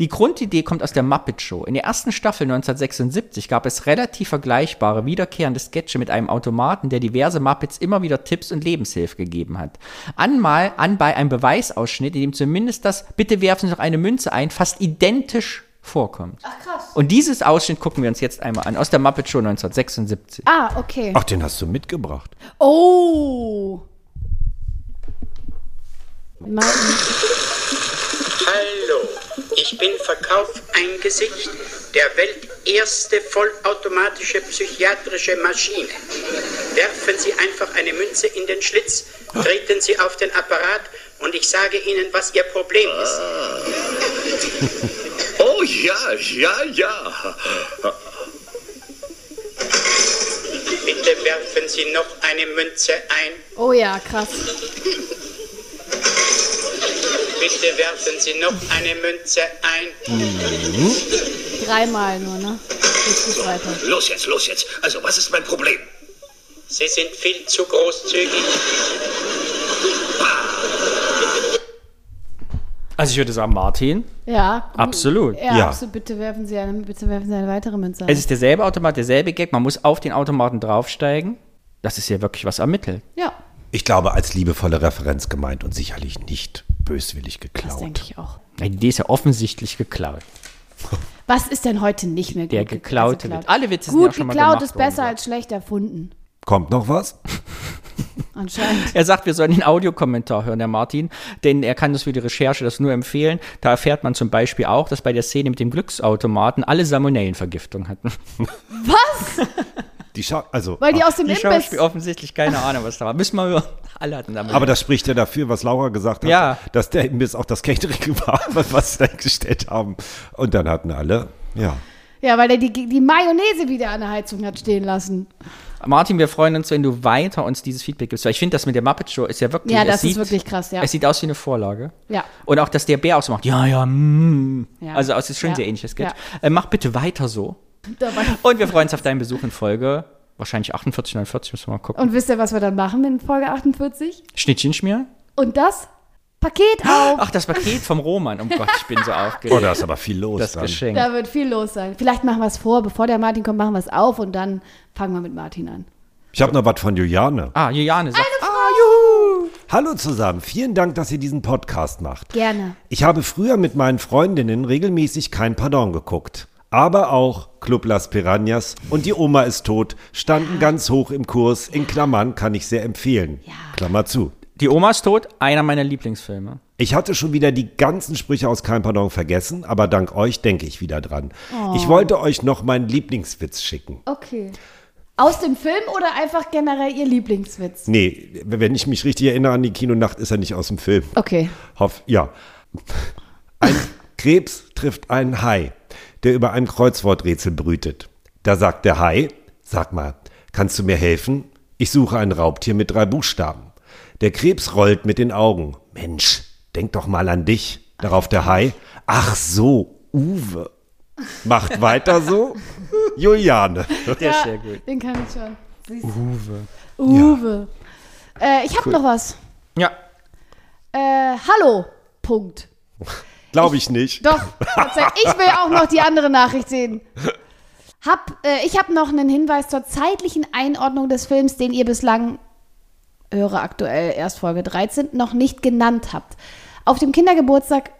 Speaker 4: Die Grundidee kommt aus der Muppet Show. In der ersten Staffel 1976 gab es relativ vergleichbare, wiederkehrende Sketche mit einem Automaten, der diverse Muppets immer wieder Tipps und Lebenshilfe gegeben hat. Anmal anbei ein Beweisausschnitt, in dem zumindest das Bitte werfen Sie noch eine Münze ein, fast identisch vorkommt. Ach krass. Und dieses Ausschnitt gucken wir uns jetzt einmal an, aus der Muppet Show 1976.
Speaker 6: Ah, okay.
Speaker 1: Ach, den hast du mitgebracht.
Speaker 6: Oh. Mein,
Speaker 8: Hallo, ich bin Verkauf ein Gesicht, der welterste vollautomatische psychiatrische Maschine. Werfen Sie einfach eine Münze in den Schlitz, treten Sie auf den Apparat und ich sage Ihnen, was Ihr Problem ist.
Speaker 9: Oh ja, ja, ja.
Speaker 8: Bitte werfen Sie noch eine Münze ein.
Speaker 6: oh ja, krass.
Speaker 8: Bitte werfen Sie noch eine Münze ein.
Speaker 6: Dreimal nur, ne? Jetzt geht's weiter.
Speaker 9: Los jetzt, los jetzt. Also, was ist mein Problem?
Speaker 8: Sie sind viel zu großzügig.
Speaker 4: Also ich würde sagen, Martin.
Speaker 6: Ja.
Speaker 4: Absolut.
Speaker 6: Ja,
Speaker 1: Ja.
Speaker 6: Absolut. Bitte werfen Sie eine, bitte werfen Sie eine weitere Münze.
Speaker 4: Es
Speaker 6: Ein.
Speaker 4: ist derselbe Automat, derselbe Gag. Man muss auf den Automaten draufsteigen. Das ist ja wirklich was ermittelt.
Speaker 6: Ja,
Speaker 1: Ich glaube, als liebevolle Referenz gemeint und sicherlich nicht böswillig
Speaker 6: das denke
Speaker 1: geklaut.
Speaker 6: ich auch.
Speaker 4: Die Idee ist ja offensichtlich geklaut.
Speaker 6: Was ist denn heute nicht mehr gut?
Speaker 4: Der
Speaker 6: ge-
Speaker 4: geklaute
Speaker 6: geklaut?
Speaker 4: Witz. Alle Witze sind
Speaker 6: Gut
Speaker 4: ja schon mal
Speaker 6: geklaut
Speaker 4: gemacht
Speaker 6: ist besser
Speaker 4: worden.
Speaker 6: als schlecht erfunden.
Speaker 1: Kommt noch was?
Speaker 6: Anscheinend.
Speaker 4: Er sagt, wir sollen den Audiokommentar hören, der Martin, denn er kann das für die Recherche das nur empfehlen. Da erfährt man zum Beispiel auch, dass bei der Szene mit dem Glücksautomaten alle Salmonellenvergiftung hatten.
Speaker 6: Was?
Speaker 1: Die Scha also,
Speaker 6: Weil die aus dem
Speaker 4: Die
Speaker 6: Imbiss.
Speaker 4: Schauspiel offensichtlich keine Ahnung, was da war. Müssen wir hören. Alle hatten Salmonellen.
Speaker 1: aber das spricht ja dafür, was Laura gesagt hat,
Speaker 4: Ja.
Speaker 1: dass der Imbiss auch das Catering war, was was sie da gestellt haben. Und dann hatten alle, ja.
Speaker 6: Ja, weil er die, die Mayonnaise wieder an der Heizung hat stehen lassen.
Speaker 4: Martin, wir freuen uns, wenn du weiter uns dieses Feedback gibst. Weil ich finde, das mit der Muppet Show ist ja wirklich.
Speaker 6: Ja,
Speaker 4: es
Speaker 6: das ist
Speaker 4: sieht-
Speaker 6: wirklich krass, ja.
Speaker 4: Es sieht aus wie eine Vorlage.
Speaker 6: Ja.
Speaker 4: Und auch, dass der Bär auch so macht. Ja, ja, mm.
Speaker 6: Ja.
Speaker 4: Also, es ist schon
Speaker 6: Ja.
Speaker 4: sehr ähnliches Sketch.
Speaker 6: Ja.
Speaker 4: Äh, mach bitte weiter so.
Speaker 6: Dabei.
Speaker 4: Und wir freuen uns auf deinen Besuch in Folge. Wahrscheinlich 48, 49, müssen wir mal gucken.
Speaker 6: Und wisst ihr, was wir dann machen in Folge 48?
Speaker 4: Schnittchen schmieren.
Speaker 6: Und das Paket auf.
Speaker 4: Ach, das Paket vom Roman. Um Gott, ich bin so
Speaker 1: Oh,
Speaker 4: aufgeregt.
Speaker 1: da ist aber viel los
Speaker 4: Das
Speaker 1: dann.
Speaker 4: Geschenk.
Speaker 6: Da wird viel los sein. Vielleicht machen wir es vor. Bevor der Martin kommt, machen wir es auf und dann fangen wir mit Martin an.
Speaker 1: Ich habe noch was von Juliane.
Speaker 4: Ah, Juliane sagt.
Speaker 1: Hallo zusammen, vielen Dank, dass ihr diesen Podcast macht.
Speaker 6: Gerne.
Speaker 1: Ich habe früher mit meinen Freundinnen regelmäßig kein Pardon geguckt. Aber auch Club Las Piranhas und die Oma ist tot standen ganz hoch im Kurs. In Klammern kann ich sehr empfehlen. Klammer zu.
Speaker 4: Die Oma ist tot. Einer meiner Lieblingsfilme.
Speaker 1: Ich hatte schon wieder die ganzen Sprüche aus Kein Pardon vergessen, aber dank euch denke ich wieder dran. Ich wollte euch noch meinen Lieblingswitz schicken.
Speaker 6: Okay. Aus dem Film oder einfach generell ihr Lieblingswitz?
Speaker 1: Nee, wenn ich mich richtig erinnere an die Kinonacht, ist er nicht aus dem Film.
Speaker 6: Okay.
Speaker 1: Hoff, ja. Ein Krebs trifft einen Hai, der über einem Kreuzworträtsel brütet. Da sagt der Hai, sag mal, kannst du mir helfen? Ich suche ein Raubtier mit drei Buchstaben. Der Krebs rollt mit den Augen. Mensch, denk doch mal an dich. Darauf der Hai, ach so, Uwe. Macht weiter so, Juliane.
Speaker 4: Der ist
Speaker 6: Ja,
Speaker 4: sehr gut.
Speaker 6: Den kann ich schon. Siehst du? Uwe. Äh, ich habe noch was.
Speaker 4: Ja.
Speaker 6: Äh, hallo. Punkt.
Speaker 1: Glaube ich nicht.
Speaker 6: Doch, tatsächlich. ich will auch noch die andere Nachricht sehen. Hab, äh, ich habe noch einen Hinweis zur zeitlichen Einordnung des Films, den ihr bislang, höre aktuell erst Folge 13, noch nicht genannt habt. Auf dem Kindergeburtstag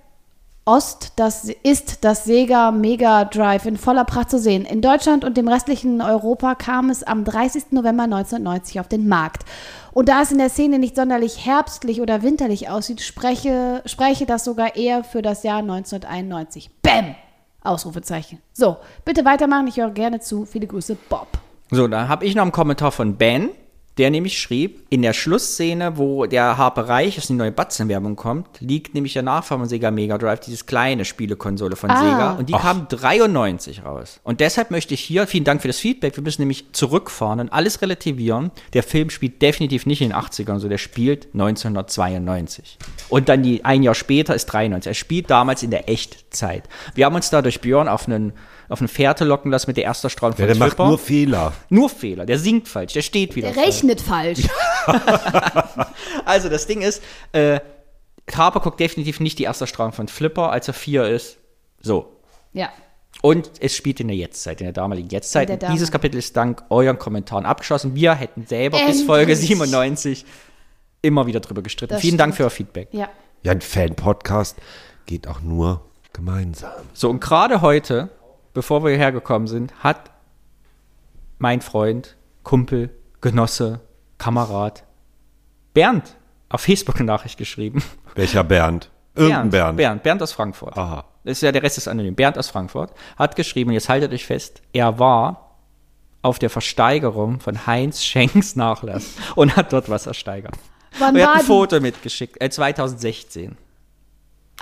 Speaker 6: Ost das ist das Sega Mega Drive in voller Pracht zu sehen. In Deutschland und dem restlichen Europa kam es am 30. November 1990 auf den Markt. Und da es in der Szene nicht sonderlich herbstlich oder winterlich aussieht, spreche, spreche das sogar eher für das Jahr 1991. Bäm! Ausrufezeichen. So, bitte weitermachen. Ich höre gerne zu. Viele Grüße, Bob.
Speaker 4: So, da habe ich noch einen Kommentar von Ben, der nämlich schrieb, in der Schlussszene, wo der Harpe Reich, das in die neue Batzen-Werbung kommt, liegt nämlich der Nachfahre von Sega Mega Drive, dieses kleine Spielekonsole von
Speaker 6: Ah.
Speaker 4: Sega. Und die kam 93 raus. Und deshalb möchte ich hier, vielen Dank für das Feedback, wir müssen nämlich zurückfahren und alles relativieren. Der Film spielt definitiv nicht in den 80ern, so der spielt 1992. Und dann die, ein Jahr später ist 93. Er spielt damals in der Echtzeit. Wir haben uns da durch Björn auf einen auf eine Fährte locken lassen mit der ersten Strahlung von
Speaker 1: Der macht
Speaker 4: Tripper.
Speaker 1: nur Fehler.
Speaker 4: Nur Fehler. Der singt falsch. Der steht wieder.
Speaker 6: Der rechnet falsch.
Speaker 4: falsch. Also das Ding ist, äh, Harper guckt definitiv nicht die erste Strahlung von Flipper, als er vier ist. So.
Speaker 6: Ja.
Speaker 4: Und es spielt in der Jetztzeit, in der damaligen Jetztzeit.
Speaker 6: In der
Speaker 4: Dieses
Speaker 6: damaligen.
Speaker 4: Kapitel ist dank euren Kommentaren abgeschlossen. Wir hätten selber bis
Speaker 6: Endlich.
Speaker 4: Folge 97 immer wieder drüber gestritten.
Speaker 6: Das
Speaker 4: Vielen Dank
Speaker 6: stimmt.
Speaker 4: für euer Feedback.
Speaker 6: Ja.
Speaker 1: Ja, ein Fan-Podcast geht auch nur gemeinsam.
Speaker 4: So, und gerade heute, bevor wir hierher gekommen sind, hat mein Freund, Kumpel, Genosse, Kamerad Bernd auf Facebook eine Nachricht geschrieben.
Speaker 1: Welcher Bernd? Irgendein Bernd.
Speaker 4: Bernd, Bernd aus Frankfurt.
Speaker 1: Aha.
Speaker 4: Das ist ja der Rest ist anonym. Bernd aus Frankfurt hat geschrieben, und jetzt haltet euch fest, er war auf der Versteigerung von Heinz Schenks Nachlass und hat dort was ersteigert.
Speaker 6: Wann
Speaker 4: Und er
Speaker 6: war
Speaker 4: hat ein
Speaker 6: die?
Speaker 4: Foto mitgeschickt, äh, 2016.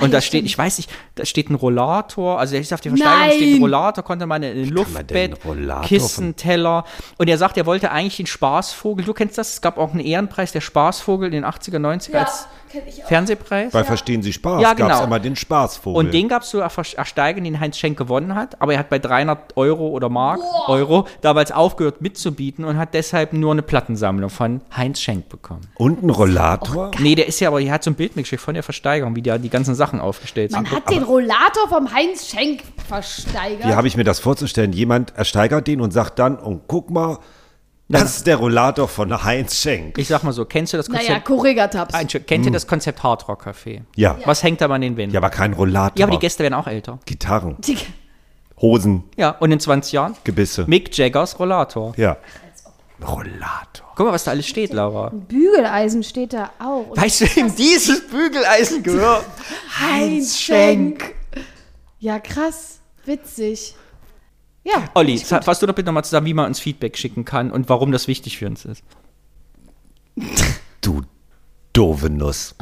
Speaker 4: Und da steht, ich weiß nicht, da steht ein Rollator, also er ist auf der Versteigerung,
Speaker 6: Nein!
Speaker 4: steht ein Rollator, konnte man in ein
Speaker 1: man denn
Speaker 4: Luftbett,
Speaker 1: einen Rollator
Speaker 4: Kissen, Teller. Und er sagt, er wollte eigentlich den Spaßvogel, du kennst das, es gab auch einen Ehrenpreis, der Spaßvogel in den 80er, 90er, als Fernsehpreis.
Speaker 1: Bei Verstehen Sie Spaß
Speaker 4: Ja,
Speaker 1: gab es
Speaker 4: genau.
Speaker 1: einmal den Spaßvogel.
Speaker 4: Und den gab es zu erver- ersteigen, den Heinz Schenk gewonnen hat. Aber er hat bei 300 Euro oder Mark Euro damals aufgehört mitzubieten und hat deshalb nur eine Plattensammlung von Heinz Schenk bekommen.
Speaker 1: Und ein Rollator?
Speaker 4: Nee, der ist ja aber, er hat so ein Bild mitgeschickt von der Versteigerung, wie der die ganzen Sachen aufgestellt
Speaker 6: Man
Speaker 4: sind.
Speaker 6: hat den Rollator vom Heinz Schenk versteigert.
Speaker 1: Wie habe ich mir das vorzustellen? Jemand ersteigert den und sagt dann, und guck mal, das ist der Rollator von Heinz Schenk.
Speaker 4: Ich sag mal so, kennst du das
Speaker 6: naja,
Speaker 4: Konzept?
Speaker 6: Correga-Tabs.
Speaker 4: Ah, Entschuldigung, kennt ihr das Konzept Hard Rock Café?
Speaker 1: Hm. Ja.
Speaker 4: Was hängt da mal an den Wänden?
Speaker 1: Ja, aber kein Rollator.
Speaker 4: Ja, aber die Gäste werden auch älter.
Speaker 1: Gitarren,
Speaker 6: Die-
Speaker 1: Hosen,
Speaker 4: Ja, und in 20 Jahren?
Speaker 1: Gebisse.
Speaker 4: Mick Jaggers Rollator.
Speaker 1: ja. Rollator.
Speaker 4: Guck mal, was da alles steht, Laura.
Speaker 6: Bügeleisen steht da auch. Und
Speaker 4: Weißt du, in dieses Bügeleisen gehört Heinz Schenk.
Speaker 6: Ja, krass. Witzig. Ja.
Speaker 4: Olli, sa- fass du doch bitte nochmal zusammen, wie man uns Feedback schicken kann und warum das wichtig für uns ist.
Speaker 1: Du doofe Nuss.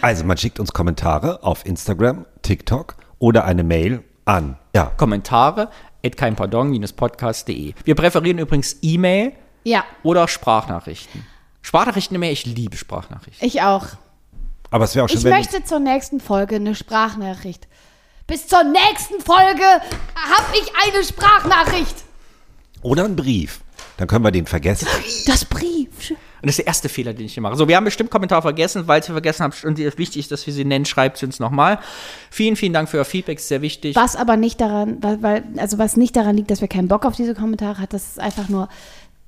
Speaker 1: Also, man schickt uns Kommentare auf Instagram, TikTok oder eine Mail an. Ja,
Speaker 4: Kommentare at keinpardon-podcast.de. Wir präferieren übrigens E-Mail
Speaker 6: Ja,
Speaker 4: oder Sprachnachrichten. Sprachnachrichten mehr, ich liebe Sprachnachrichten.
Speaker 6: ich auch.
Speaker 1: aber es wäre auch schön,
Speaker 6: Ich
Speaker 1: wenn...
Speaker 6: möchte zur nächsten Folge eine Sprachnachricht. Bis zur nächsten Folge habe ich eine Sprachnachricht.
Speaker 1: oder ein Brief. Dann können wir den vergessen.
Speaker 6: Das Brief.
Speaker 4: Und das ist der erste Fehler, den ich hier mache. So, wir haben bestimmt Kommentare vergessen, weil sie vergessen haben und es wichtig ist, dass wir sie nennen, schreibt sie uns nochmal. Vielen, vielen Dank für euer Feedback, ist sehr wichtig.
Speaker 6: Was aber nicht daran, weil, weil, also was nicht daran liegt, dass wir keinen Bock auf diese Kommentare hat, das ist einfach nur,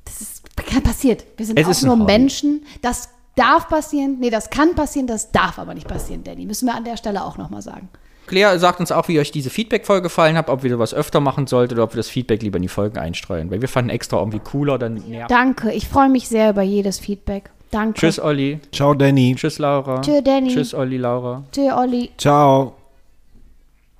Speaker 6: das ist kann- passiert. Wir sind
Speaker 4: Es
Speaker 6: auch
Speaker 4: ist ein
Speaker 6: nur
Speaker 4: Hobby.
Speaker 6: Menschen. Das darf passieren. Nee, das kann passieren, das darf aber nicht passieren, Danny. Müssen wir an der Stelle auch nochmal sagen.
Speaker 4: Claire sagt uns auch, wie euch diese Feedback-Folge gefallen hat, ob wir was öfter machen sollten oder ob wir das Feedback lieber in die Folgen einstreuen, weil wir fanden extra irgendwie cooler, dann nervt.
Speaker 6: Danke. Ich freue mich sehr über jedes Feedback. Danke.
Speaker 4: Tschüss, Olli.
Speaker 1: Ciao, Danny.
Speaker 4: Tschüss, Laura.
Speaker 6: Tschö, Danny.
Speaker 4: Tschüss, Olli, Laura.
Speaker 6: Tschö, Olli.
Speaker 1: Ciao.